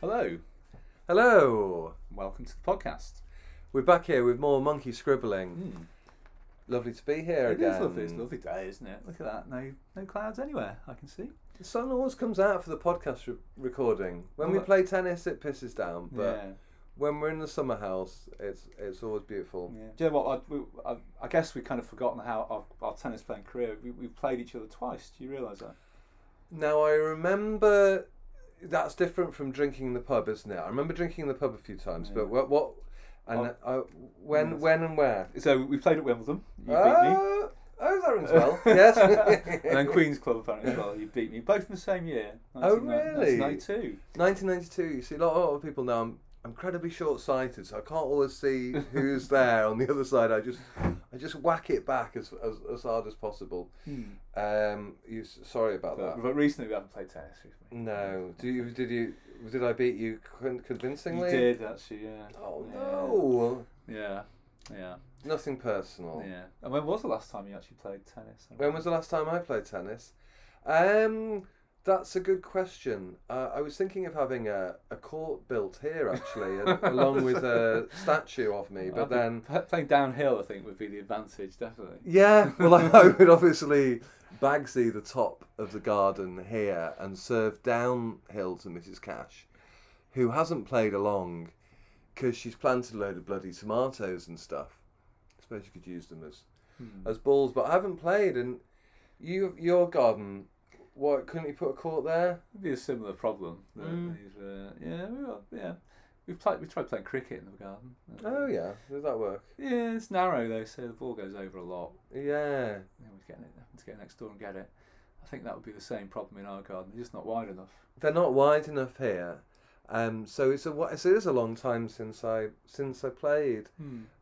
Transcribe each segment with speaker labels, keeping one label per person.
Speaker 1: Hello,
Speaker 2: Hello.
Speaker 1: welcome to the podcast.
Speaker 2: We're back here with more monkey scribbling. Lovely to be here
Speaker 1: Hmm. It
Speaker 2: again.
Speaker 1: is lovely. It's a lovely day, isn't it? Look at that. No, no clouds anywhere. I can see.
Speaker 2: The sun always comes out for the podcast re- recording. When
Speaker 1: Well,
Speaker 2: we
Speaker 1: that-
Speaker 2: play tennis, it pisses down, but
Speaker 1: yeah.
Speaker 2: when we're in the summer house, it's it's always beautiful.
Speaker 1: yeah. Do you know what? I, we, I, I guess we've kind of forgotten how our, our tennis playing career. We, we've played each other twice. Do you realise that?
Speaker 2: Now I remember that's different from drinking in the pub, isn't it? I remember drinking in the pub a few times,
Speaker 1: Yeah. Oh.
Speaker 2: but what what and I, when
Speaker 1: Yes.
Speaker 2: when and where?
Speaker 1: So we played at Wimbledon. You beat me.
Speaker 2: Ah, oh, that rings well. yes.
Speaker 1: and then Queen's Club apparently as well. You beat me both in the same year.
Speaker 2: Oh,
Speaker 1: 1990
Speaker 2: really?
Speaker 1: 1992.
Speaker 2: 1992. You see, a lot of people now. I'm I'm incredibly short-sighted, so I can't always see who's there on the other side. I just I just whack it back as as, as hard as possible. Um, you s- sorry about
Speaker 1: But,
Speaker 2: that.
Speaker 1: but recently we haven't played tennis. Recently.
Speaker 2: No, do you, did you did I beat you con-
Speaker 1: You
Speaker 2: convincingly?
Speaker 1: did actually. Yeah.
Speaker 2: Oh
Speaker 1: Yeah.
Speaker 2: no,
Speaker 1: Yeah. Yeah.
Speaker 2: nothing personal.
Speaker 1: Yeah. And when was the last time you actually played tennis?
Speaker 2: Oh. When was the last time I played tennis? Um, that's a good question. Uh, I was thinking of having a, a court built here actually, a- along with a statue of me, but
Speaker 1: I'd be-
Speaker 2: then.
Speaker 1: p- playing downhill, I think would be the advantage, definitely.
Speaker 2: Yeah, well, I, I would obviously Bagsy the top of the garden here and serve downhill to Mrs. Cash, who hasn't played along because she's planted a load of bloody tomatoes and stuff. I suppose you could use them as as balls, but I haven't played. And you, your garden, what couldn't you put a court there?
Speaker 1: It'd be a similar problem. that
Speaker 2: Mm.
Speaker 1: these, uh, yeah, we are, yeah. We've played. We tried playing cricket in the garden. uh,
Speaker 2: Oh yeah, does that work?
Speaker 1: Yeah, it's narrow though, so the ball goes over a lot.
Speaker 2: Yeah,
Speaker 1: Yeah, we'd get it. We'd get next door and get it. I think that would be the same problem in our garden. They're just not wide enough.
Speaker 2: they're not wide enough here. Um, so it's a wa- it is a long time since I since I played.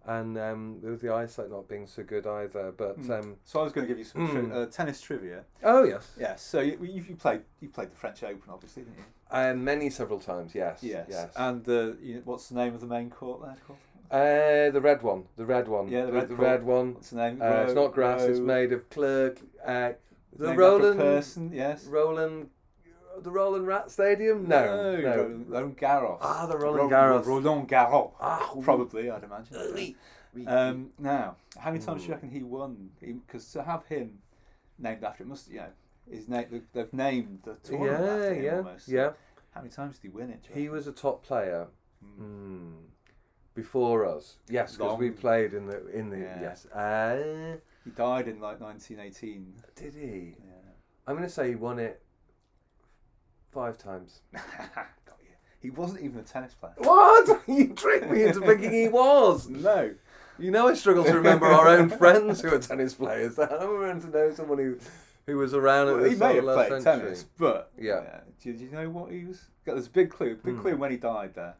Speaker 2: and um, with the eyesight not being so good either. But
Speaker 1: Mm.
Speaker 2: um,
Speaker 1: So I was going to give you some tri-
Speaker 2: Mm.
Speaker 1: uh, tennis trivia.
Speaker 2: oh yes,
Speaker 1: Yeah. So you, you, you played you played the French Open, obviously, didn't you?
Speaker 2: um, many several times. Yes,
Speaker 1: Yes.
Speaker 2: yes.
Speaker 1: And uh, you, what's the name of the main court there called?
Speaker 2: uh, the red one, the red one,
Speaker 1: Yeah, the red cor-
Speaker 2: one.
Speaker 1: What's the name?
Speaker 2: Uh, it's
Speaker 1: Row-
Speaker 2: not grass. It's
Speaker 1: row-
Speaker 2: made of clerk. Uh,
Speaker 1: It's
Speaker 2: the
Speaker 1: named after a
Speaker 2: Roland,
Speaker 1: person, yes.
Speaker 2: Roland, the Roland Rat Stadium. No, no.
Speaker 1: Roland, Roland Garros.
Speaker 2: Ah, the Roland
Speaker 1: Ro-
Speaker 2: Garros.
Speaker 1: Roland Garros.
Speaker 2: Ah,
Speaker 1: Probably, I'd imagine.
Speaker 2: Um,
Speaker 1: Um, now, how many times do you reckon he won? Because to have him named after it must, you know, his name. They've named the tournament
Speaker 2: yeah,
Speaker 1: after him
Speaker 2: yeah,
Speaker 1: almost.
Speaker 2: yeah.
Speaker 1: How many times did he win it? do you
Speaker 2: He
Speaker 1: reckon?
Speaker 2: was a top player. Mm. Before us, yes, because we
Speaker 1: Hmm. Long.
Speaker 2: played in the in the
Speaker 1: Yeah.
Speaker 2: yes. Uh,
Speaker 1: He died in like 1918.
Speaker 2: did he?
Speaker 1: Yeah.
Speaker 2: I'm going to say he won it five times.
Speaker 1: Got you. He wasn't even a tennis player.
Speaker 2: What? You tricked me into thinking he was.
Speaker 1: No.
Speaker 2: You know, I struggle to remember our own friends who are tennis players. I don't remember to know someone who, who was around at
Speaker 1: Well,
Speaker 2: the
Speaker 1: he
Speaker 2: start
Speaker 1: may have
Speaker 2: of last
Speaker 1: played
Speaker 2: century.
Speaker 1: tennis, but
Speaker 2: Yeah. Hmm.
Speaker 1: Do, do you know what he was? Got this big clue, big clue when he died there.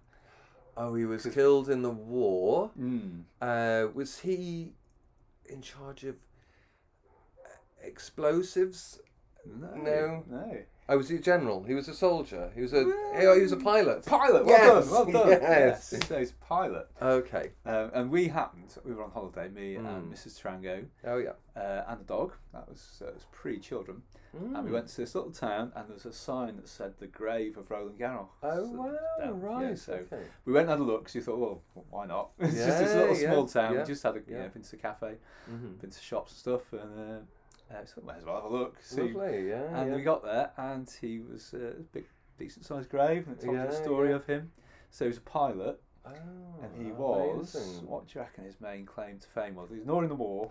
Speaker 2: Oh, he was killed in the war.
Speaker 1: Mm.
Speaker 2: Uh, was he in charge of uh, explosives?
Speaker 1: No,
Speaker 2: No.
Speaker 1: no.
Speaker 2: Oh, was he a general? He was a soldier. He was a he was a pilot.
Speaker 1: Pilot. Well
Speaker 2: Yes,
Speaker 1: done. Well done.
Speaker 2: yes.
Speaker 1: So he's pilot.
Speaker 2: Okay.
Speaker 1: Um, and we happened. We were on holiday. Me and
Speaker 2: Mm.
Speaker 1: Mrs. Trango
Speaker 2: Oh yeah.
Speaker 1: uh, and a dog. That was, uh, it was pre-children. And we
Speaker 2: Mm.
Speaker 1: went to this little town, and there was a sign that said the grave of Roland Garros.
Speaker 2: Oh
Speaker 1: So-
Speaker 2: wow!
Speaker 1: yeah,
Speaker 2: Right.
Speaker 1: so
Speaker 2: okay.
Speaker 1: we went and had a look. 'cause we thought, well, why not? It's just this
Speaker 2: Yeah,
Speaker 1: little
Speaker 2: yeah,
Speaker 1: small town.
Speaker 2: yeah,
Speaker 1: we just had a, you
Speaker 2: yeah.
Speaker 1: know, been to a cafe.
Speaker 2: Mhm.
Speaker 1: been to shops and stuff, and uh, uh, so might as well have a look. See.
Speaker 2: Lovely, yeah.
Speaker 1: And
Speaker 2: yeah.
Speaker 1: we got there, and he was uh, a big, decent sized grave, and it told
Speaker 2: Yeah,
Speaker 1: the story
Speaker 2: yeah.
Speaker 1: of him. So he was a pilot,
Speaker 2: oh,
Speaker 1: and he
Speaker 2: amazing.
Speaker 1: was. What do you reckon his main claim to fame was? He was not in the war.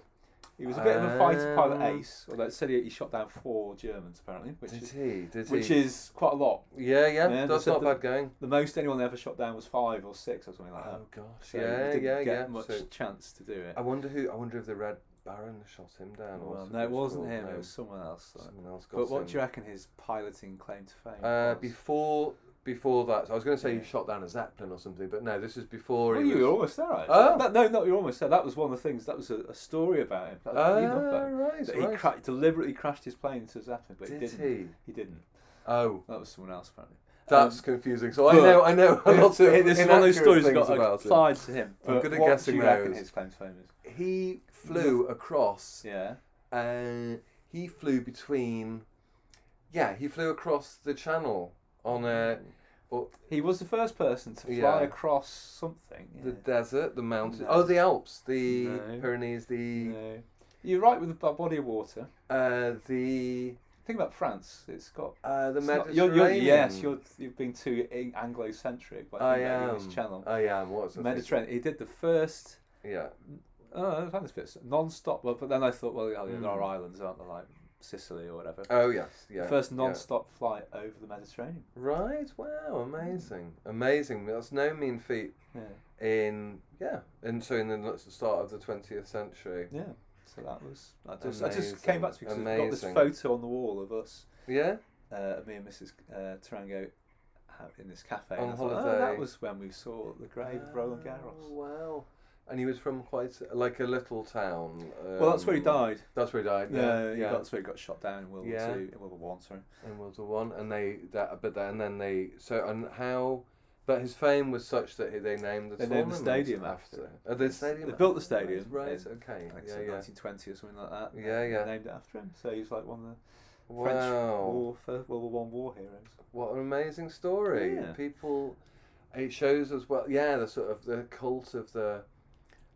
Speaker 1: He was a bit of a fighter
Speaker 2: Um,
Speaker 1: pilot ace, although it said he, he shot down four Germans apparently, which
Speaker 2: Did
Speaker 1: is
Speaker 2: he? Did
Speaker 1: which
Speaker 2: he?
Speaker 1: is quite a lot.
Speaker 2: yeah, yeah.
Speaker 1: Yeah,
Speaker 2: that's
Speaker 1: they said
Speaker 2: not bad going.
Speaker 1: The most anyone ever shot down was five or six or something like that.
Speaker 2: Oh gosh.
Speaker 1: So
Speaker 2: yeah,
Speaker 1: he didn't
Speaker 2: yeah,
Speaker 1: get
Speaker 2: yeah.
Speaker 1: much
Speaker 2: So,
Speaker 1: chance to do it.
Speaker 2: I wonder who. I wonder if the Red Baron shot him down. or
Speaker 1: Well,
Speaker 2: something.
Speaker 1: no, it wasn't
Speaker 2: Or
Speaker 1: him.
Speaker 2: no,
Speaker 1: It was someone else. though.
Speaker 2: someone else got
Speaker 1: But what
Speaker 2: him.
Speaker 1: do you reckon his piloting claim to fame?
Speaker 2: Uh,
Speaker 1: was?
Speaker 2: before before that, so I was going to say
Speaker 1: Yeah.
Speaker 2: he shot down a zeppelin or something, but no, this is before
Speaker 1: well,
Speaker 2: he
Speaker 1: you were
Speaker 2: was.
Speaker 1: almost there. Right?
Speaker 2: Oh.
Speaker 1: That- no, not you were almost there. That was one of the things. That was a, a story about him. That,
Speaker 2: Ah,
Speaker 1: you love that.
Speaker 2: right,
Speaker 1: That he
Speaker 2: right.
Speaker 1: cra- deliberately crashed his plane into a Zeppelin, but
Speaker 2: Did
Speaker 1: he didn't.
Speaker 2: he?
Speaker 1: He? didn't.
Speaker 2: Oh,
Speaker 1: That was someone else apparently.
Speaker 2: that's confusing. So I
Speaker 1: um, but-
Speaker 2: know I know a lot of
Speaker 1: this is one of those stories that
Speaker 2: inaccurate
Speaker 1: got
Speaker 2: things about him.
Speaker 1: applied to him.
Speaker 2: I'm
Speaker 1: But
Speaker 2: good at
Speaker 1: what
Speaker 2: guessing
Speaker 1: do you reckon
Speaker 2: those.
Speaker 1: his claim to fame is?
Speaker 2: He flew across
Speaker 1: Yeah.
Speaker 2: uh, he flew between yeah he flew across the channel on uh, a up
Speaker 1: He was the first person to fly
Speaker 2: Yeah.
Speaker 1: across something.
Speaker 2: the
Speaker 1: yeah.
Speaker 2: desert, the mountains.
Speaker 1: No.
Speaker 2: Oh, the Alps, the
Speaker 1: No.
Speaker 2: Pyrenees, the
Speaker 1: No. You're right with the bo- body of water.
Speaker 2: uh, the
Speaker 1: Think about France. It's got.
Speaker 2: uh, the
Speaker 1: it's not-
Speaker 2: Mediterranean.
Speaker 1: you're- you're- yes, you're, you've been too in- Anglo-centric by
Speaker 2: I
Speaker 1: thinking about
Speaker 2: am.
Speaker 1: English Channel.
Speaker 2: I am. What's the
Speaker 1: Mediterranean. He did the first.
Speaker 2: Yeah.
Speaker 1: Oh, I found this bit non-stop. Well, but then I thought, well, oh, yeah, there are
Speaker 2: Mm.
Speaker 1: islands, aren't there, like Sicily or whatever.
Speaker 2: Oh yes. Yeah.
Speaker 1: the first
Speaker 2: yeah.
Speaker 1: non-stop flight over the Mediterranean.
Speaker 2: Right. Wow. Amazing. Amazing. That's no mean feat
Speaker 1: Yeah,
Speaker 2: in yeah. And so in the that's the start of the twentieth century.
Speaker 1: yeah. So that was. I just, I just came back to because I've got this
Speaker 2: Amazing.
Speaker 1: photo on the wall of us,
Speaker 2: Yeah.
Speaker 1: uh, me and Mrs. Uh, Tarango, ha- in this cafe.
Speaker 2: On
Speaker 1: and I thought, oh,
Speaker 2: holiday.
Speaker 1: that was when we saw the grave of Roland
Speaker 2: Oh,
Speaker 1: Garros.
Speaker 2: Wow. And he was from quite like a little town.
Speaker 1: Well, that's where he
Speaker 2: um,
Speaker 1: died.
Speaker 2: That's where he died.
Speaker 1: Yeah,
Speaker 2: Yeah.
Speaker 1: he got, that's where he got shot down in World
Speaker 2: Yeah.
Speaker 1: War Two, in World War One, sorry.
Speaker 2: in World War One, and they that but then and then they so and how, but his fame was such that he- they named the
Speaker 1: They named the
Speaker 2: tournament
Speaker 1: stadium
Speaker 2: after.
Speaker 1: after.
Speaker 2: Oh, the stadium.
Speaker 1: They built the
Speaker 2: after, right,
Speaker 1: stadium,
Speaker 2: Right.
Speaker 1: yeah.
Speaker 2: Okay.
Speaker 1: Like
Speaker 2: yeah.
Speaker 1: so
Speaker 2: yeah.
Speaker 1: 1920 or something like that.
Speaker 2: Yeah, yeah.
Speaker 1: Named it after him. So he's like one of the French
Speaker 2: Wow.
Speaker 1: war, First World War One war heroes.
Speaker 2: What an amazing story.
Speaker 1: Yeah.
Speaker 2: People. It shows as well. Yeah, the sort of the cult of the,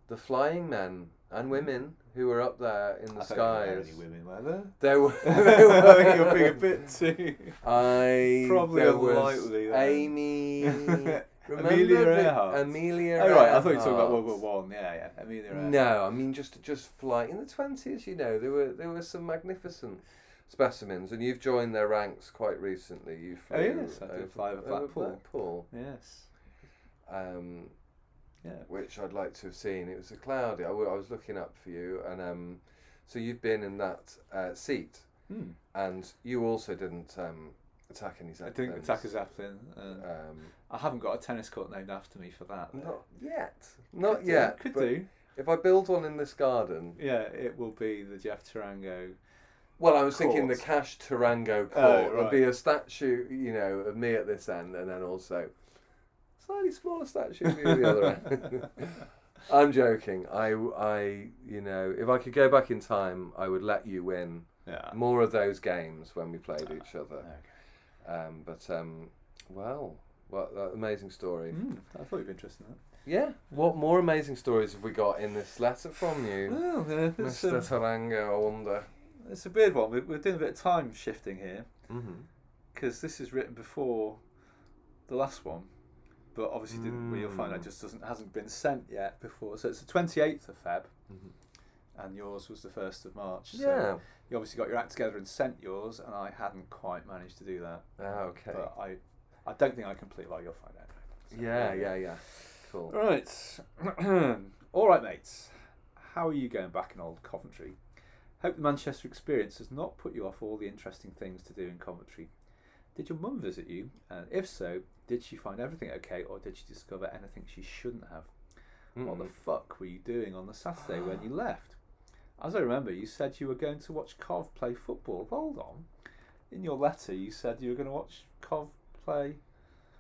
Speaker 2: the flying men and women who were up there in the
Speaker 1: Mm. I don't think there were
Speaker 2: skies.
Speaker 1: any women were there?
Speaker 2: There were.
Speaker 1: You're being a bit too.
Speaker 2: I
Speaker 1: Probably
Speaker 2: there was
Speaker 1: unlikely then.
Speaker 2: Amy.
Speaker 1: Amelia
Speaker 2: remember the-
Speaker 1: Earhart.
Speaker 2: Amelia.
Speaker 1: Oh right, I thought you were talking about
Speaker 2: Earhart.
Speaker 1: World War One. Yeah, yeah. Amelia Earhart.
Speaker 2: No, I mean just just fly in the twenties. You know there were there were some magnificent specimens, and you've joined their ranks quite recently. You flew
Speaker 1: Oh, yes, I did
Speaker 2: over,
Speaker 1: fly over Blackpool.
Speaker 2: Blackpool,
Speaker 1: Yes.
Speaker 2: um,
Speaker 1: Yeah.
Speaker 2: which I'd like to have seen. It was a cloudy. I, w- I was looking up for you, and um, so you've been in that uh, seat,
Speaker 1: Hmm.
Speaker 2: and you also didn't um, attack any.
Speaker 1: I didn't
Speaker 2: Zeppelins.
Speaker 1: attack a Zeppelin. and
Speaker 2: Um,
Speaker 1: I haven't got a tennis court named after me for that. though.
Speaker 2: Not yet.
Speaker 1: Could
Speaker 2: Not
Speaker 1: do,
Speaker 2: yet.
Speaker 1: Could
Speaker 2: but
Speaker 1: do.
Speaker 2: If I build one in this garden,
Speaker 1: Yeah, it will be the Jeff Tarango.
Speaker 2: well, I was thinking the
Speaker 1: Court.
Speaker 2: Cash Tarango Court.
Speaker 1: Oh,
Speaker 2: There'll
Speaker 1: right.
Speaker 2: be a statue, you know, of me at this end, and then also slightly smaller statue of you at the other end. I'm joking. I, I, you know, if I could go back in time, I would let you win
Speaker 1: Yeah.
Speaker 2: more of those games when we played each other.
Speaker 1: Ah, Okay.
Speaker 2: Um, but um, well, what an amazing story.
Speaker 1: Hmm, I thought you'd be interested in that.
Speaker 2: Yeah. What more amazing stories have we got in this letter from you?
Speaker 1: Well, yeah, it's,
Speaker 2: Mr.
Speaker 1: um,
Speaker 2: Tarango, I wonder.
Speaker 1: it's a weird one. We're, we're doing a bit of time shifting here
Speaker 2: Mm-hmm.
Speaker 1: because this is written before the last one, but obviously didn't. Well, you'll find
Speaker 2: Mm.
Speaker 1: that just doesn't hasn't been sent yet before. So it's the twenty eighth of Feb, and yours was the first of March. So
Speaker 2: Mm-hmm. Yeah.
Speaker 1: you obviously got your act together and sent yours, and I hadn't quite managed to do that.
Speaker 2: Ah, okay.
Speaker 1: But I, I don't think I complete. Well, you'll find out. So,
Speaker 2: yeah, yeah, yeah. Cool.
Speaker 1: Right. All right, mates. How are you going back in old Coventry? Hope the Manchester experience has not put you off all the interesting things to do in Coventry. Did your mum visit you? And if so, did she find everything okay or did she discover anything she shouldn't have? What the
Speaker 2: Mm.
Speaker 1: fuck were you doing on the Saturday when you left? As I remember, you said you were going to watch Cov play football. Hold on. In your letter, you said you were going to watch Cov play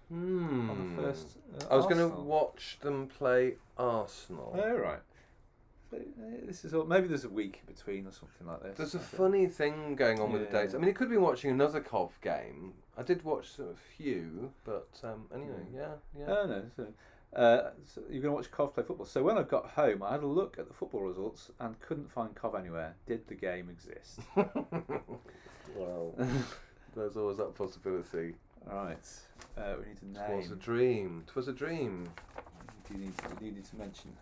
Speaker 2: Hmm.
Speaker 1: on the first. Uh,
Speaker 2: I was going to
Speaker 1: Arsenal. Uh,
Speaker 2: watch them play Arsenal.
Speaker 1: Oh, All right. So, uh, this is all, maybe there's a week in between or something like this.
Speaker 2: There's a
Speaker 1: I think.
Speaker 2: funny thing going on with the dates. I
Speaker 1: Yeah.
Speaker 2: mean, it could be watching another Cov game. I did watch sort of a few, but um, anyway, yeah, yeah.
Speaker 1: Oh no. So, uh, so you're going to watch Cov play football. So when I got home, I had a look at the football results and couldn't find Cov anywhere. Did the game exist? Uh,
Speaker 2: well,
Speaker 1: all
Speaker 2: there's always that possibility.
Speaker 1: right. Uh, we need to
Speaker 2: It was a
Speaker 1: name.
Speaker 2: dream. It was a dream.
Speaker 1: Do you need, do you need to mention?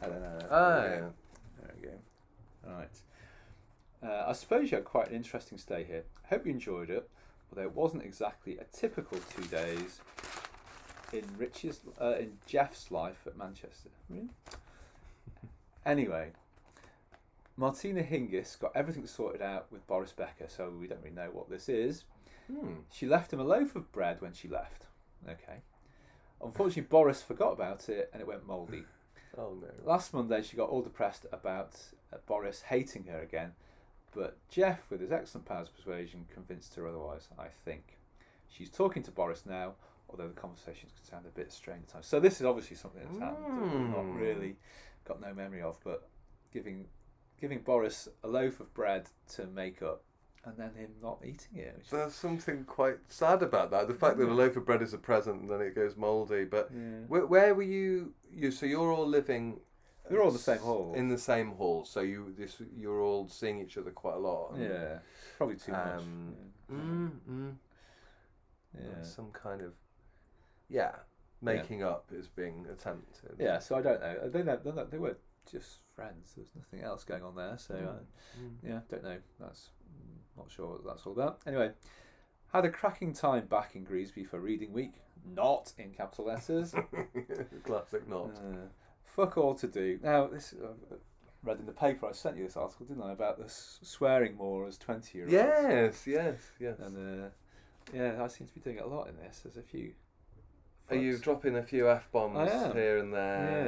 Speaker 1: I don't know.
Speaker 2: Ah,
Speaker 1: There we go. There we go. All right. Uh, I suppose you had quite an interesting stay here. Hope you enjoyed it, although it wasn't exactly a typical two days in Rich's, uh, in Jeff's life at Manchester. Really? Anyway, Martina Hingis got everything sorted out with Boris Becker, so we don't really know what this is.
Speaker 2: Hmm.
Speaker 1: She left him a loaf of bread when she left. Okay. Unfortunately, Boris forgot about it and it went mouldy.
Speaker 2: Oh no.
Speaker 1: Last Monday, she got all depressed about uh, Boris hating her again, but Jeff, with his excellent powers of persuasion, convinced her otherwise, I think. She's talking to Boris now, although the conversations could sound a bit strange at times. So, this is obviously something that's happened that we've not
Speaker 2: Mm.
Speaker 1: really got no memory of, but giving giving Boris a loaf of bread to make up and then him not eating it. Which
Speaker 2: There's something quite sad about that. The fact
Speaker 1: Hmm.
Speaker 2: that a loaf of bread is a present and then it goes mouldy. But
Speaker 1: Yeah.
Speaker 2: where, where were you? You so you're all living.
Speaker 1: We're all in the same hall.
Speaker 2: In the same hall, so you this you're all seeing each other quite a lot. and-
Speaker 1: yeah, probably too
Speaker 2: Um,
Speaker 1: much.
Speaker 2: Mm, mm,
Speaker 1: Yeah.
Speaker 2: there's
Speaker 1: Yeah.
Speaker 2: Some kind of yeah, making up is being attempted.
Speaker 1: Yeah, so I don't know. They, know- they, know- they were just friends. There was nothing else going on there. So uh,
Speaker 2: Mm.
Speaker 1: yeah, don't know. That's mm, not sure what that's all about. Anyway, had a cracking time back in Greasby for reading week. Not in capital letters.
Speaker 2: Mm-hmm. Classic not.
Speaker 1: Uh, fuck all to do. Now, this I read in the paper. I sent you this article, didn't I, about this swearing more as twenty-year-olds?
Speaker 2: Yes, yes, yes.
Speaker 1: And uh, yeah, I seem to be doing it a lot in this. There's a few.
Speaker 2: Are you uh,
Speaker 1: fucks.
Speaker 2: dropping a few f bombs
Speaker 1: I am.
Speaker 2: here and there?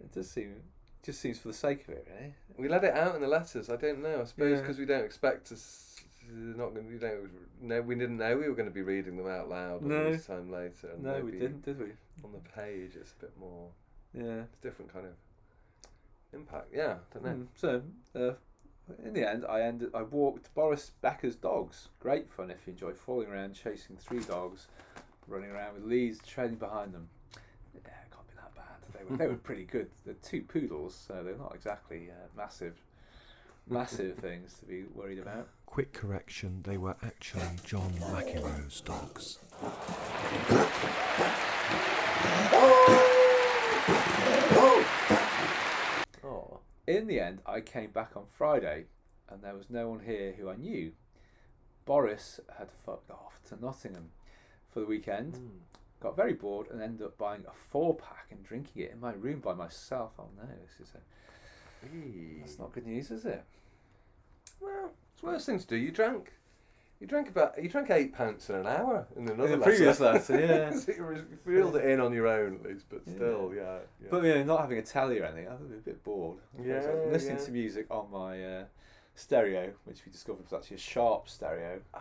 Speaker 1: yeah, it does seem. Just seems for the sake of it, really.
Speaker 2: We let it out in the letters. I don't know. I suppose
Speaker 1: Yeah.
Speaker 2: because we don't expect to. s- Not gonna, we don't know. We didn't know we were going to be reading them out loud all
Speaker 1: No.
Speaker 2: this time later. and
Speaker 1: No, we
Speaker 2: maybe
Speaker 1: didn't, did we?
Speaker 2: On the page, it's a bit more.
Speaker 1: Yeah.
Speaker 2: It's a different kind of impact. Yeah, I don't know.
Speaker 1: Mm, So, uh, in the end, I ended. I walked Boris Becker's dogs. Great fun if you enjoy falling around, chasing three dogs, running around with leads trailing behind them. Yeah, it can't be that bad. They were, they were pretty good. They're two poodles, so they're not exactly uh, massive, massive things to be worried about.
Speaker 3: Quick correction, they were actually John McEnroe's dogs.
Speaker 2: Oh,
Speaker 1: In the end, I came back on Friday, and there was no one here who I knew. Boris had fucked off to Nottingham for the weekend.
Speaker 2: hmm,
Speaker 1: Got very bored and ended up buying a four pack and drinking it in my room by myself. Oh no, this is a,
Speaker 2: Eee.
Speaker 1: that's not good news, is it?
Speaker 2: Well, it's worse things to do. You drank. You drank about. You drank eight pints in an hour in another
Speaker 1: the previous letter, yeah.
Speaker 2: So you re- reeled it in on your own at least, but
Speaker 1: Yeah.
Speaker 2: still, yeah. yeah.
Speaker 1: But you know, not having a telly or anything, I was a bit bored. I was
Speaker 2: Yeah,
Speaker 1: listening
Speaker 2: yeah.
Speaker 1: to music on my uh, stereo, which we discovered was actually a Sharp stereo,
Speaker 2: ah,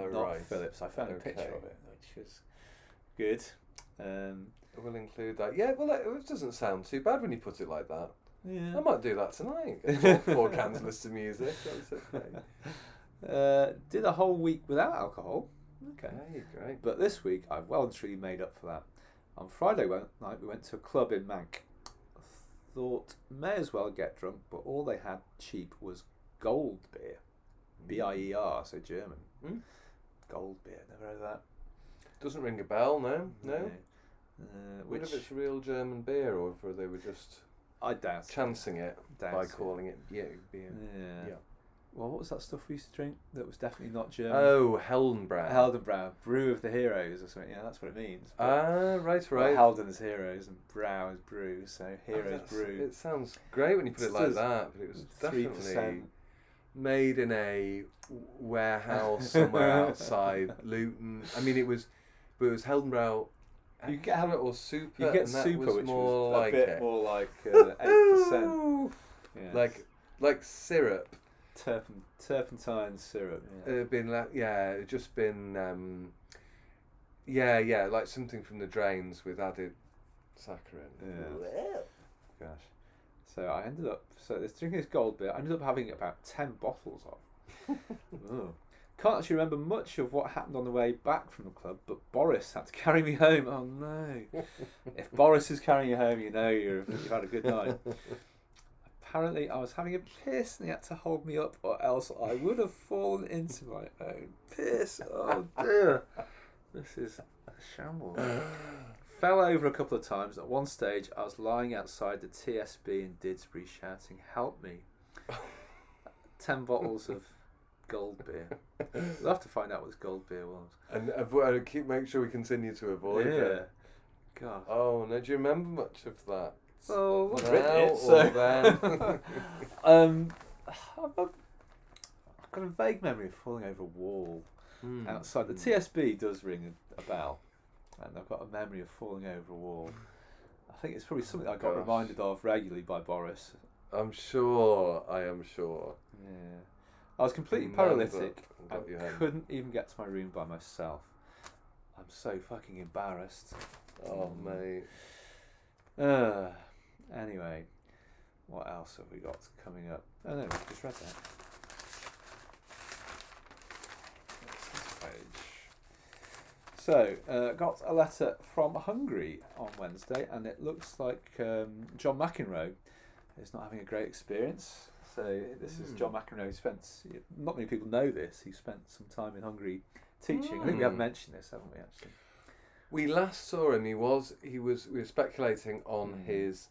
Speaker 1: not
Speaker 2: right.
Speaker 1: Philips. I found a picture
Speaker 2: Okay.
Speaker 1: of it, which was good. Um,
Speaker 2: We'll include that. Yeah. Well, that- it doesn't sound too bad when you put it like that.
Speaker 1: yeah.
Speaker 2: I might do that tonight. Four- Four cans of list of music. That's okay.
Speaker 1: Uh, did a whole week without alcohol. Okay.
Speaker 2: Okay, great.
Speaker 1: But this week, I've well and truly made up for that. On Friday we- night, we went to a club in Mank. Thought may as well get drunk, but all they had cheap was gold beer,
Speaker 2: Hmm.
Speaker 1: B I E R, so German.
Speaker 2: Mm.
Speaker 1: Gold beer, never heard of that.
Speaker 2: Doesn't ring a bell. No, no.
Speaker 1: Uh,
Speaker 2: Wonder
Speaker 1: which
Speaker 2: if it's real German beer or if they were just
Speaker 1: I doubt.
Speaker 2: chancing it
Speaker 1: doubt
Speaker 2: by
Speaker 1: it.
Speaker 2: calling it you beer.
Speaker 1: Yeah.
Speaker 2: Yeah.
Speaker 1: Well, what was that stuff we used to drink that was definitely not German?
Speaker 2: Oh, Heldenbrand.
Speaker 1: Heldenbrau, brew of the heroes or something. Yeah, that's what it means. But-
Speaker 2: Ah, right,
Speaker 1: Well,
Speaker 2: right.
Speaker 1: Halden is heroes and Brow is brew, so
Speaker 2: Oh,
Speaker 1: heroes
Speaker 2: that's-
Speaker 1: brew.
Speaker 2: It sounds great when you put it
Speaker 1: It's
Speaker 2: like
Speaker 1: just
Speaker 2: that, but it was
Speaker 1: Three
Speaker 2: definitely
Speaker 1: percent.
Speaker 2: made in a warehouse somewhere outside Luton. I mean, it was, but it was Heldenbrau.
Speaker 1: You get
Speaker 2: Extra
Speaker 1: Hel-
Speaker 2: or super.
Speaker 1: You get
Speaker 2: and that
Speaker 1: super,
Speaker 2: was
Speaker 1: which
Speaker 2: more
Speaker 1: was a
Speaker 2: like
Speaker 1: bit
Speaker 2: it.
Speaker 1: more like uh, eight percent. Yeah.
Speaker 2: Like, like syrup.
Speaker 1: Turpen, turpentine syrup.
Speaker 2: It
Speaker 1: Yeah.
Speaker 2: had been like, yeah, it had just been, um, yeah, yeah, like something from the drains with added saccharin.
Speaker 1: Yeah. Gosh. So I ended up so this drinking this gold beer. I ended up having about ten bottles of.
Speaker 2: Oh.
Speaker 1: Ugh. Can't actually remember much of what happened on the way back from the club, but Boris had to carry me home. Oh no! if Boris is carrying you home, you know you're, you've had a good night. Apparently, I was having a piss and he had to hold me up, or else I would have fallen into my own piss. Oh dear! This is a shambles. Fell over a couple of times. At one stage, I was lying outside the TSB in Didsbury shouting, Help me! Ten bottles of gold beer. We'll have to find out what this gold beer was.
Speaker 2: And avo- and keep make sure we continue to avoid it.
Speaker 1: God.
Speaker 2: Oh no, do you remember much of that?
Speaker 1: Well, I've
Speaker 2: Now
Speaker 1: written
Speaker 2: or
Speaker 1: it, so.
Speaker 2: then?
Speaker 1: um, I've, I've I've got a vague memory of falling over a wall
Speaker 2: Hmm.
Speaker 1: outside. The TSB does ring a, a bell, and I've got a memory of falling over a wall. I think it's probably something I got
Speaker 2: gosh.
Speaker 1: reminded of regularly by Boris.
Speaker 2: I'm sure. I am sure.
Speaker 1: Yeah. I was completely
Speaker 2: Manned
Speaker 1: paralytic.
Speaker 2: up and
Speaker 1: I
Speaker 2: got you home.
Speaker 1: couldn't even get to my room by myself. I'm so fucking embarrassed.
Speaker 2: Oh
Speaker 1: Mm.
Speaker 2: mate.
Speaker 1: Uh, anyway, what else have we got coming up? Oh no, we just read that. So, uh, got a letter from Hungary on Wednesday, and it looks like um, John McEnroe is not having a great experience. So, this is John McEnroe. He spent, not many people know this, he spent some time in Hungary teaching. I think we have
Speaker 2: Mm.
Speaker 1: mentioned this, haven't we, actually?
Speaker 2: We last saw him. He was he was we were speculating on
Speaker 1: Mm.
Speaker 2: his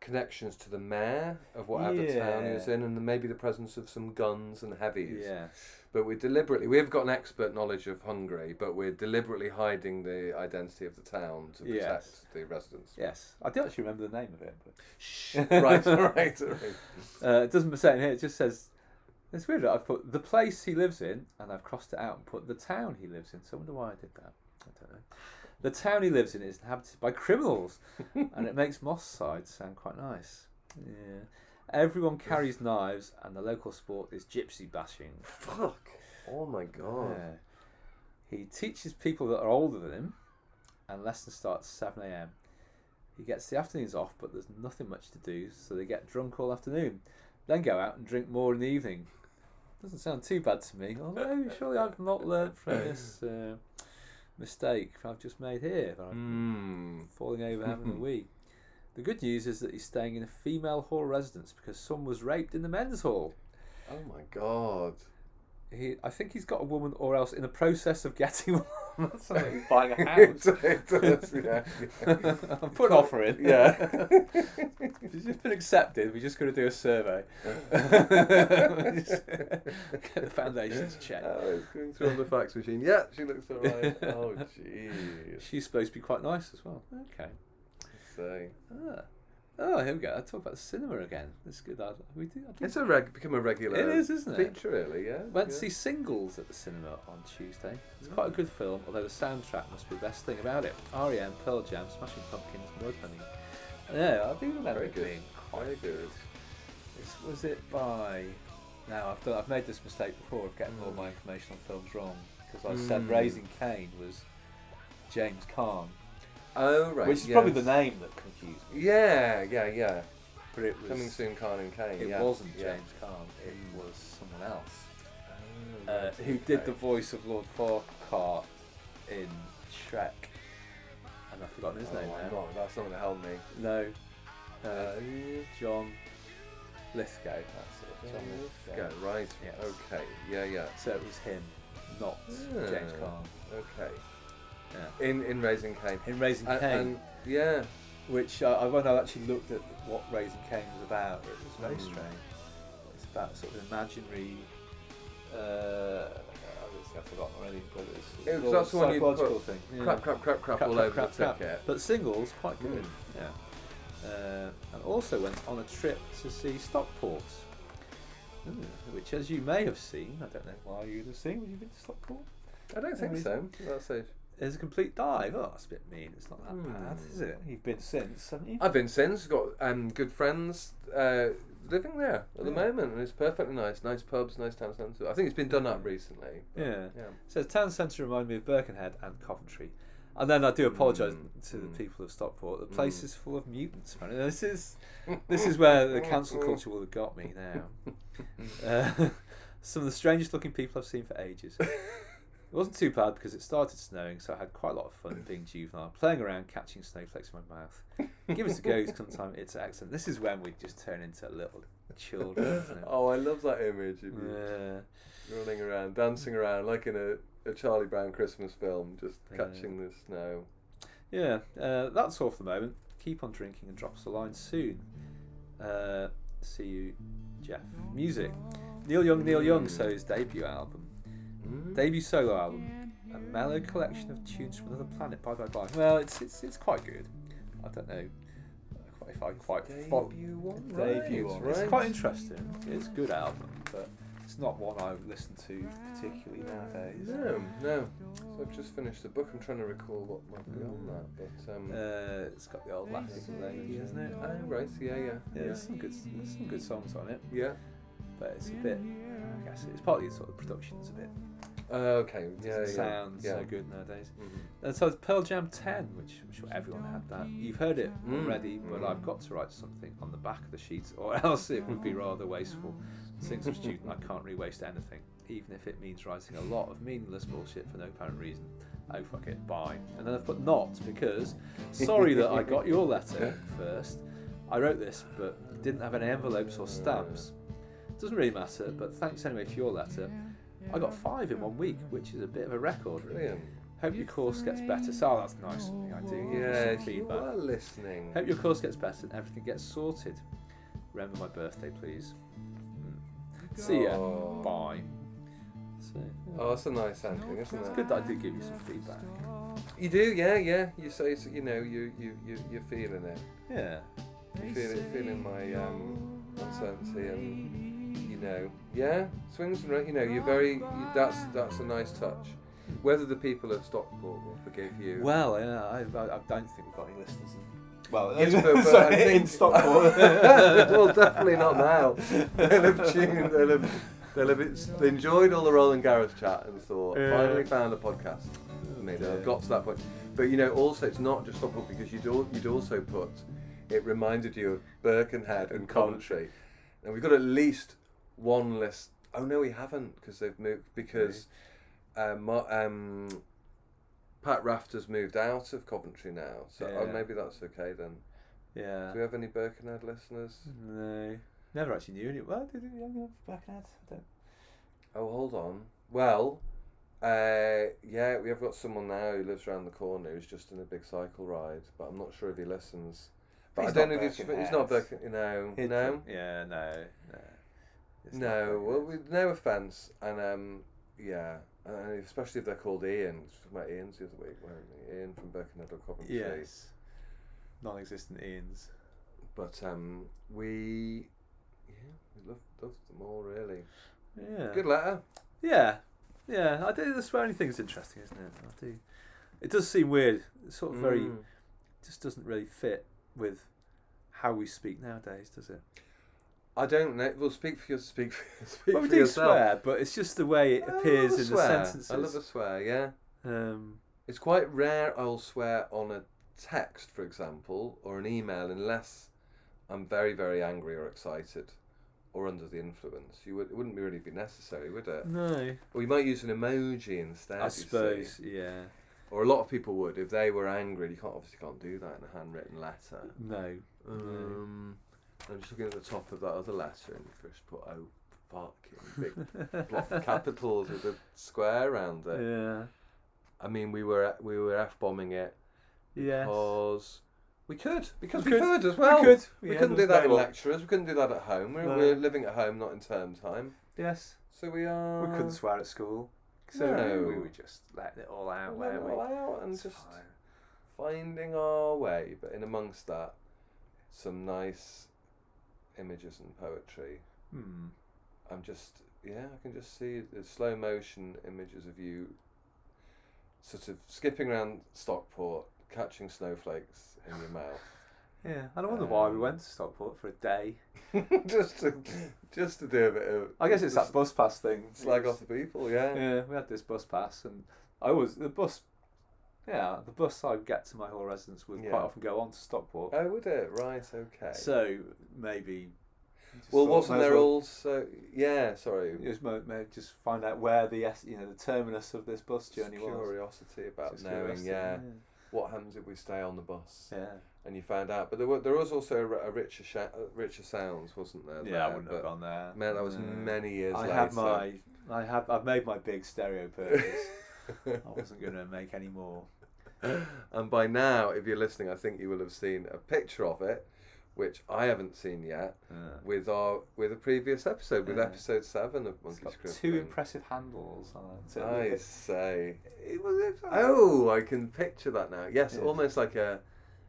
Speaker 2: connections to the mayor of whatever town he was
Speaker 1: Yeah.
Speaker 2: in, and maybe the presence of some guns and heavies.
Speaker 1: Yeah.
Speaker 2: But we're deliberately we have got an expert knowledge of Hungary, but we're deliberately hiding the identity of the town to protect
Speaker 1: Yes.
Speaker 2: the residents.
Speaker 1: Yes. I do actually remember the name of it. But.
Speaker 2: Shh. right, right, right.
Speaker 1: Uh, it doesn't say it here. It just says it's weird. that I've put the place he lives in, and I've crossed it out and put the town he lives in. So I wonder why I did that. I don't know. The town he lives in is inhabited by criminals, and it makes Moss Side sound quite nice. Yeah. Everyone carries knives, and the local sport is gypsy bashing.
Speaker 2: Fuck. Oh my god.
Speaker 1: Yeah. He teaches people that are older than him, and lesson starts at 7 a.m. He gets the afternoons off, but there's nothing much to do, so they get drunk all afternoon, then go out and drink more in the evening. Doesn't sound too bad to me, although surely I've not learned from this uh, mistake I've just made here. that I'm
Speaker 2: Mm.
Speaker 1: falling over having a wee. The good news is that he's staying in a female hall residence because someone was raped in the men's hall.
Speaker 2: Oh my god.
Speaker 1: He, I think he's got a woman, or else in the process of getting one. That's not like he's buying a
Speaker 2: It
Speaker 1: house.
Speaker 2: does, yeah, yeah.
Speaker 1: I'm putting an offer in.
Speaker 2: Yeah.
Speaker 1: He's just been accepted. We're just going to do a survey. Get the foundations checked.
Speaker 2: Oh, it's going through on the fax machine. Yeah, she looks alright. oh, jeez.
Speaker 1: She's supposed to be quite nice as well. Okay.
Speaker 2: So,
Speaker 1: Ah. Oh, here we go. I talk about the cinema again. That's good. I, we do. I do.
Speaker 2: it's a reg- become a regular.
Speaker 1: It is, isn't it?
Speaker 2: Feature, really. Yeah.
Speaker 1: Went to
Speaker 2: yeah.
Speaker 1: see Singles at the cinema on Tuesday. It's
Speaker 2: Mm.
Speaker 1: quite a good film, although the soundtrack must be the best thing about it. R.E.M., Pearl Jam, Smashing Pumpkins, Mudhoney. Yeah, I do remember
Speaker 2: Very
Speaker 1: it
Speaker 2: good.
Speaker 1: being quite
Speaker 2: Very good.
Speaker 1: This, was it by? Now I've done, I've made this mistake before of getting all my information on films wrong because I said
Speaker 2: Mm.
Speaker 1: Raising Cain was James Caan,
Speaker 2: Oh right.
Speaker 1: which is probably the
Speaker 2: yes.
Speaker 1: name that confused me.
Speaker 2: Yeah, yeah, yeah.
Speaker 1: But it was
Speaker 2: Coming soon, Khan and Kane.
Speaker 1: it
Speaker 2: yeah.
Speaker 1: wasn't
Speaker 2: yeah.
Speaker 1: James Caan. It was someone else
Speaker 2: Oh,
Speaker 1: uh,
Speaker 2: right,
Speaker 1: who did
Speaker 2: okay.
Speaker 1: the voice of Lord Farquhar in Shrek, and I've forgotten his
Speaker 2: Oh,
Speaker 1: name
Speaker 2: my
Speaker 1: now.
Speaker 2: God, that's not gonna help me.
Speaker 1: No, uh,
Speaker 2: Uh,
Speaker 1: John Lithgow. That's it. John Lithgow.
Speaker 2: Go right.
Speaker 1: Yes.
Speaker 2: Okay. Yeah, yeah.
Speaker 1: So it was him, not James
Speaker 2: Yeah.
Speaker 1: Caan.
Speaker 2: Okay.
Speaker 1: Yeah.
Speaker 2: In in Raising Cain.
Speaker 1: In Raising Cain,
Speaker 2: And, and yeah,
Speaker 1: which uh, I- when I actually looked at what Raising Cain was about, it was very
Speaker 2: Mm.
Speaker 1: strange. It's about sort of imaginary. Uh, I- I've forgotten already, but it's,
Speaker 2: It was-
Speaker 1: all
Speaker 2: that's the one you
Speaker 1: psychological
Speaker 2: put-
Speaker 1: thing.
Speaker 2: crap, crap, crap, crap, all over the ticket.
Speaker 1: But singles quite good.
Speaker 2: Mm.
Speaker 1: Yeah. Uh, and also went on a trip to see Stockport, Mm, which, as you may have seen, I don't know why you would have seen. Would you been to Stockport?
Speaker 2: I don't think
Speaker 1: Anyways.
Speaker 2: so. That's it.
Speaker 1: It's a complete dive. Oh, that's a bit mean. It's not that bad,
Speaker 2: Mm.
Speaker 1: is it? You've been since, haven't you?
Speaker 2: I've been since got um, good friends uh, living there at the
Speaker 1: Yeah.
Speaker 2: moment, and it's perfectly nice. Nice pubs, nice town centre. I think it's been done up recently. but,
Speaker 1: Yeah.
Speaker 2: yeah.
Speaker 1: says town centre remind me of Birkenhead and Coventry. And then I do apologise
Speaker 2: Mm,
Speaker 1: to the
Speaker 2: mm.
Speaker 1: people of Stockport. The place
Speaker 2: Mm.
Speaker 1: is full of mutants, man. And This is this is where the
Speaker 2: Oh,
Speaker 1: council culture will have got me now. Uh, some of the strangest looking people I've seen for ages. It wasn't too bad because it started snowing, so I had quite a lot of fun being juvenile, playing around, catching snowflakes in my mouth. Give us a go sometime. It's excellent. This is when we just turn into little children. Isn't it?
Speaker 2: Oh, I love that image of you
Speaker 1: Yeah.
Speaker 2: running around, dancing around like in a, a Charlie Brown Christmas film, just
Speaker 1: Yeah.
Speaker 2: catching the snow.
Speaker 1: Yeah, uh, that's all for the moment. Keep on drinking and drop us a line soon. Uh, see you, Jeff. Music. Neil Young, Neil Young, so his debut album, debut solo album, a mellow collection of tunes from another planet. Bye bye bye. Well, it's it's, it's quite good. I don't know if I quite fo-
Speaker 2: Debut one,
Speaker 1: debut
Speaker 2: right,
Speaker 1: on.
Speaker 2: right.
Speaker 1: It's quite interesting. It's a good album, but it's not one I listen to particularly nowadays.
Speaker 2: No, no. So I've just finished the book. I'm trying to recall what might be on
Speaker 1: Mm.
Speaker 2: that, but um,
Speaker 1: Uh, it's got the old Latin language, isn't it?
Speaker 2: oh right, yeah, yeah,
Speaker 1: Yeah, there's some good there's some good songs on it.
Speaker 2: yeah.
Speaker 1: but it's a bit. I guess it's partly sort of production's a bit.
Speaker 2: Uh, okay, yeah,
Speaker 1: Doesn't
Speaker 2: yeah.
Speaker 1: sound
Speaker 2: yeah.
Speaker 1: so good nowadays.
Speaker 2: Mhm.
Speaker 1: And so it's Pearl Jam 10, which I'm sure everyone had that. You've heard it
Speaker 2: Mm.
Speaker 1: already, but
Speaker 2: Mm.
Speaker 1: I've got to write something on the back of the sheets, or else it would be rather wasteful. Since I'm a student, I can't really waste anything, even if it means writing a lot of meaningless bullshit for no apparent reason. oh fuck it, bye. And then I've put not because sorry that I got your letter first. I wrote this but didn't have any envelopes or stamps. Doesn't really matter, but thanks anyway for your letter. I got five in one week, which is a bit of a record.
Speaker 2: Brilliant.
Speaker 1: Hope your course gets better. So oh, that's nice of me. I do. give you some
Speaker 2: Yeah, if you
Speaker 1: feedback.
Speaker 2: are listening.
Speaker 1: Hope your course gets better and everything gets sorted. Remember my birthday, please. Mm. See ya.
Speaker 2: Oh.
Speaker 1: Bye. So, yeah.
Speaker 2: Oh, that's a nice ending, isn't
Speaker 1: it's
Speaker 2: it?
Speaker 1: good that I did give you some feedback.
Speaker 2: You do, yeah, yeah. You say, it's- you know, you you you you're feeling it.
Speaker 1: Yeah.
Speaker 2: You feel it, feeling my um, uncertainty, and you know, yeah, swings and ra- you know, you're very. You, that's that's a nice touch. Whether the people of Stockport will forgive you.
Speaker 1: Well, yeah, I, I, I don't think we've got any listeners. In, well,
Speaker 2: Yes, but- but I think- well, definitely not now. They'll have tuned. They'll have. They'll have it's, they enjoyed all the Roland Gareth chat and thought,
Speaker 1: Yeah.
Speaker 2: finally found a podcast. I mean, I've got to that point. But you know, also it's not just Stockport because you'd al- you'd also put. It reminded you of Birkenhead and Coventry, and we've got at least one list. Oh no, we haven't because they've moved because um, Mar- um, Pat Rafter's moved out of Coventry now. So oh,
Speaker 1: Yeah.
Speaker 2: maybe that's okay then.
Speaker 1: Yeah.
Speaker 2: Do we have any Birkenhead listeners?
Speaker 1: No. Never actually knew any. Well, did you have back ads? I don't.
Speaker 2: Oh, hold on. Well, uh, yeah, we have got someone now who lives around the corner who's just in a big cycle ride, but I'm not sure if he listens. But
Speaker 1: He's
Speaker 2: I don't
Speaker 1: not
Speaker 2: know if he's,
Speaker 1: Birkenhead.
Speaker 2: he's not Birkenhead. No,
Speaker 1: Hit
Speaker 2: no,
Speaker 1: them. Yeah, no. No. It's not
Speaker 2: no.
Speaker 1: Birkenhead.
Speaker 2: Well, with no offence, and um, yeah, and especially if they're called Ian. It's about Ian's the other week, weren't we? Ian from Birkenhead or Coventry.
Speaker 1: Yes. Non existent Ian's.
Speaker 2: But um, we, yeah, we love love them all really.
Speaker 1: Yeah.
Speaker 2: Good letter.
Speaker 1: Yeah, yeah. I do. The swearing thing's interesting, isn't it? I do. It does seem weird. It's sort of very
Speaker 2: Mm.
Speaker 1: just doesn't really fit with how we speak nowadays, does it?
Speaker 2: I don't know. Well, speak for your speak for, speak
Speaker 1: Well, we
Speaker 2: for
Speaker 1: do
Speaker 2: yourself.
Speaker 1: swear, but it's just the way it
Speaker 2: I
Speaker 1: appears
Speaker 2: love a
Speaker 1: in
Speaker 2: swear.
Speaker 1: the sentences.
Speaker 2: I love a swear, yeah.
Speaker 1: um,
Speaker 2: It's quite rare I'll swear on a text, for example, or an email, unless I'm very, very angry or excited or under the influence. You would, it wouldn't really be necessary, would it?
Speaker 1: no,
Speaker 2: Or you might use an emoji instead.
Speaker 1: I
Speaker 2: you see.
Speaker 1: suppose. Yeah,
Speaker 2: Or a lot of people would. If they were angry, you can't obviously can't do that in a handwritten letter.
Speaker 1: no.
Speaker 2: Um, I'm just looking at the top of that other letter and first put oh fuck in big block capitals with a square around it.
Speaker 1: Yeah.
Speaker 2: I mean, we were we were f bombing it
Speaker 1: Yes.
Speaker 2: because we could because we,
Speaker 1: We
Speaker 2: could.
Speaker 1: could.
Speaker 2: as well.
Speaker 1: we could.
Speaker 2: We
Speaker 1: yeah,
Speaker 2: couldn't
Speaker 1: there
Speaker 2: do
Speaker 1: was
Speaker 2: that in
Speaker 1: no-
Speaker 2: lecturers. We couldn't do that at home. We're,
Speaker 1: No.
Speaker 2: we're living at home, not in term time.
Speaker 1: Yes. Uh,
Speaker 2: So we are.
Speaker 1: We couldn't swear at school, so
Speaker 2: No.
Speaker 1: we were just letting it all out.
Speaker 2: we're
Speaker 1: weren't we?
Speaker 2: all out and
Speaker 1: It's
Speaker 2: just
Speaker 1: fine.
Speaker 2: finding our way, but in amongst that, some nice images and poetry.
Speaker 1: Hmm.
Speaker 2: I'm just yeah, I can just see the slow motion images of you sort of skipping around Stockport, catching snowflakes in your mouth.
Speaker 1: Yeah, I don't wonder why we
Speaker 2: Um,
Speaker 1: went to Stockport for a day.
Speaker 2: just to just to do a bit of
Speaker 1: I guess it's that bus pass thing. oh,
Speaker 2: slag off the people, yeah.
Speaker 1: Yeah, we had this bus pass, and I was the bus. Yeah, the bus I would get to my whole residence would
Speaker 2: Yeah.
Speaker 1: quite often go on to Stockport.
Speaker 2: Oh would it? Right, okay.
Speaker 1: So maybe. just
Speaker 2: well
Speaker 1: thought,
Speaker 2: wasn't
Speaker 1: may as
Speaker 2: there
Speaker 1: well
Speaker 2: also yeah, sorry.
Speaker 1: Just mo- may just find out where the es- you know the terminus of this bus
Speaker 2: just
Speaker 1: journey was.
Speaker 2: curiosity about
Speaker 1: Just
Speaker 2: knowing,
Speaker 1: curiosity,
Speaker 2: yeah, what happens if we stay on the bus?
Speaker 1: yeah.
Speaker 2: And you found out, but there, were, there was also a, r- a richer, sha- a richer sounds, wasn't there?
Speaker 1: Yeah,
Speaker 2: there?
Speaker 1: I wouldn't
Speaker 2: But-
Speaker 1: have gone there.
Speaker 2: Man, that was
Speaker 1: No.
Speaker 2: many years
Speaker 1: I
Speaker 2: later.
Speaker 1: had my, I have, I've made my big stereo purchase. I wasn't going to make any more.
Speaker 2: and by now, if you're listening, I think you will have seen a picture of it, which I haven't seen yet,
Speaker 1: Yeah.
Speaker 2: with our with a previous episode, with
Speaker 1: Yeah.
Speaker 2: episode seven of
Speaker 1: It's
Speaker 2: Monkey
Speaker 1: got
Speaker 2: Scribbling.
Speaker 1: two impressive handles on it. So
Speaker 2: I
Speaker 1: it-
Speaker 2: say.
Speaker 1: it was. It was
Speaker 2: Oh, I can picture that now. Yes,
Speaker 1: Yeah.
Speaker 2: almost like a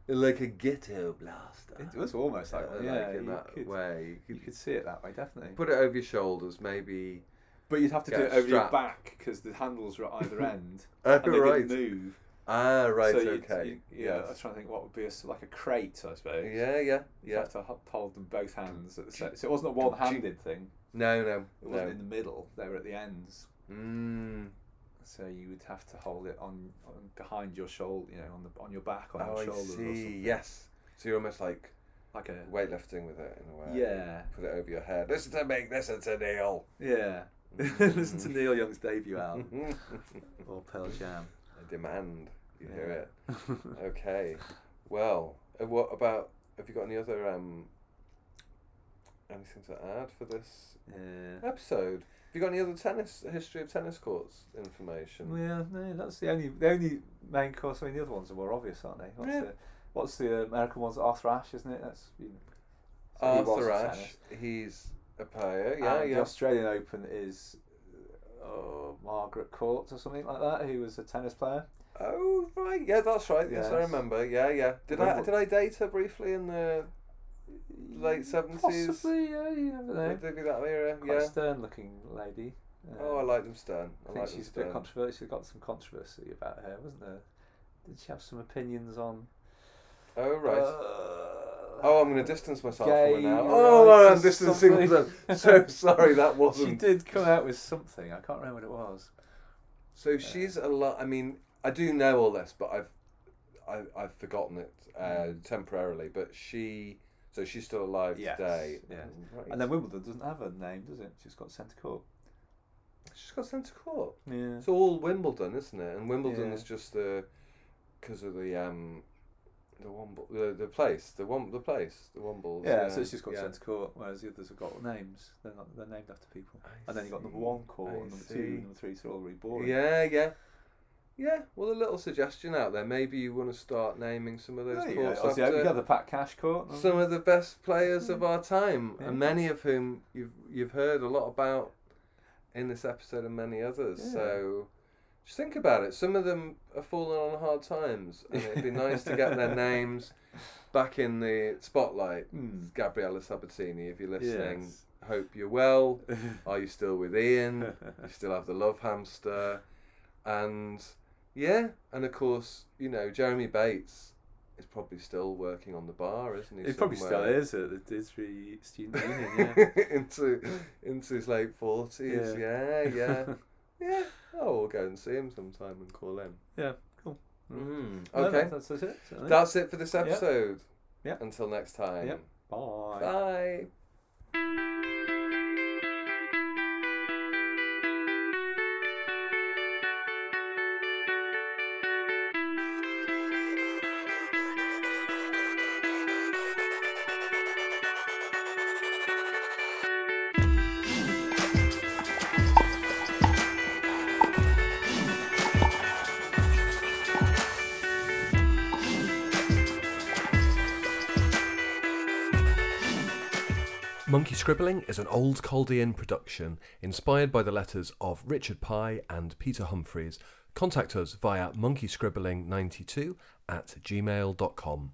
Speaker 2: like a ghetto blaster.
Speaker 1: It was almost like
Speaker 2: Uh,
Speaker 1: one. Yeah,
Speaker 2: like in
Speaker 1: you,
Speaker 2: that
Speaker 1: could,
Speaker 2: way. You
Speaker 1: you
Speaker 2: could
Speaker 1: could see it that way, definitely.
Speaker 2: put it over your shoulders, maybe.
Speaker 1: But you'd have to
Speaker 2: get
Speaker 1: do
Speaker 2: a
Speaker 1: it over your
Speaker 2: strap.
Speaker 1: back because the handles were at either end
Speaker 2: Oh,
Speaker 1: and they
Speaker 2: right.
Speaker 1: didn't move.
Speaker 2: Ah, right.
Speaker 1: so you'd-
Speaker 2: okay.
Speaker 1: You, yeah, I
Speaker 2: Yes.
Speaker 1: was trying to think what would be a s like a crate, I suppose.
Speaker 2: Yeah, yeah,
Speaker 1: You'd
Speaker 2: yeah.
Speaker 1: have to ho- hold them both hands at the same. So it wasn't a one-handed thing.
Speaker 2: No, no,
Speaker 1: It wasn't
Speaker 2: no.
Speaker 1: in the middle. They were at the ends.
Speaker 2: Mm.
Speaker 1: So you would have to hold it on, on behind your shoulder, you know, on the on your back, on
Speaker 2: Oh,
Speaker 1: your
Speaker 2: I
Speaker 1: shoulders, or
Speaker 2: see.
Speaker 1: something.
Speaker 2: Yes. So you're almost like
Speaker 1: like a
Speaker 2: weightlifting with it in a way.
Speaker 1: yeah,
Speaker 2: Put it over your head. Listen to me. Listen to Neil.
Speaker 1: yeah. Listen to Neil Young's debut album.
Speaker 2: Mm.
Speaker 1: or Pearl Jam.
Speaker 2: A demand. You hear it. Okay. Well, uh, what about? Have you got any other um? Anything to add for this
Speaker 1: Yeah.
Speaker 2: episode? Have you got any other tennis history of tennis courts information?
Speaker 1: Well, no, that's the only the only main course. I mean, the other ones are more obvious, aren't they? What's
Speaker 2: Yeah.
Speaker 1: the What's the uh, American one's Arthur Ashe, isn't it? That's you know, so he was
Speaker 2: Arthur
Speaker 1: a
Speaker 2: Ashe.
Speaker 1: tennis.
Speaker 2: He's a player. Yeah,
Speaker 1: and
Speaker 2: yeah.
Speaker 1: The Australian Open is uh, Margaret Court or something like that, who was a tennis player.
Speaker 2: Oh right, yeah, that's right. Yes, I
Speaker 1: Yes.
Speaker 2: remember. Yeah, yeah. Did I
Speaker 1: Remember-
Speaker 2: did I date her briefly in the late seventies?
Speaker 1: Possibly, yeah, you never know.
Speaker 2: Would they be that era?
Speaker 1: Quite
Speaker 2: yeah.
Speaker 1: a stern looking lady. Uh,
Speaker 2: Oh, I like them stern. I,
Speaker 1: I
Speaker 2: like
Speaker 1: think
Speaker 2: them
Speaker 1: she's a
Speaker 2: stern.
Speaker 1: bit controversial. She got some controversy about her, wasn't there? Did she have some opinions on?
Speaker 2: oh right.
Speaker 1: Uh,
Speaker 2: oh, I'm gonna distance myself
Speaker 1: gay
Speaker 2: from her now. Oh,
Speaker 1: rights
Speaker 2: I'm
Speaker 1: or
Speaker 2: distancing myself.
Speaker 1: something.
Speaker 2: So sorry, that
Speaker 1: She
Speaker 2: wasn't.
Speaker 1: did come out with something. I can't remember what it was.
Speaker 2: So she's a lot. I mean, I do know all this, but I've I, I've forgotten it uh, temporarily. But she, so she's still alive
Speaker 1: Mm. Yes,
Speaker 2: today.
Speaker 1: yes.
Speaker 2: Right.
Speaker 1: And then Wimbledon doesn't have a name, does it? She's got centre court.
Speaker 2: she's got sent to court.
Speaker 1: Yeah.
Speaker 2: It's all Wimbledon, isn't it? And Wimbledon
Speaker 1: Yeah.
Speaker 2: is just the because of the um the Womble the, the place the one the place the Wombles.
Speaker 1: Yeah, so it's just got
Speaker 2: yeah.
Speaker 1: centre court, whereas the others have got names. They're not, they're named after people.
Speaker 2: I
Speaker 1: And then you got number
Speaker 2: see,
Speaker 1: one court,
Speaker 2: I
Speaker 1: and number two,
Speaker 2: see.
Speaker 1: and number three. So they're all really boring.
Speaker 2: Yeah, yeah. Yeah, well, a little suggestion out there. Maybe you want to start naming some of those
Speaker 1: There you go.
Speaker 2: courts
Speaker 1: Obviously, You got
Speaker 2: after
Speaker 1: the Pat Cash court. and-
Speaker 2: some of the best players of our time,
Speaker 1: Mm. Yeah.
Speaker 2: and many of whom you've you've heard a lot about in this episode and many others.
Speaker 1: Yeah.
Speaker 2: So just think about it. Some of them are falling on hard times, and it'd be nice to get their names back in the spotlight.
Speaker 1: Hmm.
Speaker 2: Gabriella Sabatini, if you're listening,
Speaker 1: Yes.
Speaker 2: hope you're well. Are you still with Ian? you still have the love hamster, and yeah, and of course, you know Jeremy Bates is probably still working on the bar, isn't he?
Speaker 1: It probably still
Speaker 2: somewhere?
Speaker 1: is at the Disney Student Union, yeah.
Speaker 2: into into his late forties. Yeah, yeah, yeah. Oh, we'll go and see him sometime and call him.
Speaker 1: yeah, cool.
Speaker 2: Mm.
Speaker 1: No,
Speaker 2: Okay,
Speaker 1: that's, that's it. I think.
Speaker 2: that's it for this
Speaker 1: Yep.
Speaker 2: episode.
Speaker 1: Yep.
Speaker 2: Until next time.
Speaker 1: Yep. Bye.
Speaker 2: Bye.
Speaker 3: Monkey Scribbling is an old Chaldean production inspired by the letters of Richard Pye and Peter Humphreys. Contact us via monkeyscribbling92 at gmail.com.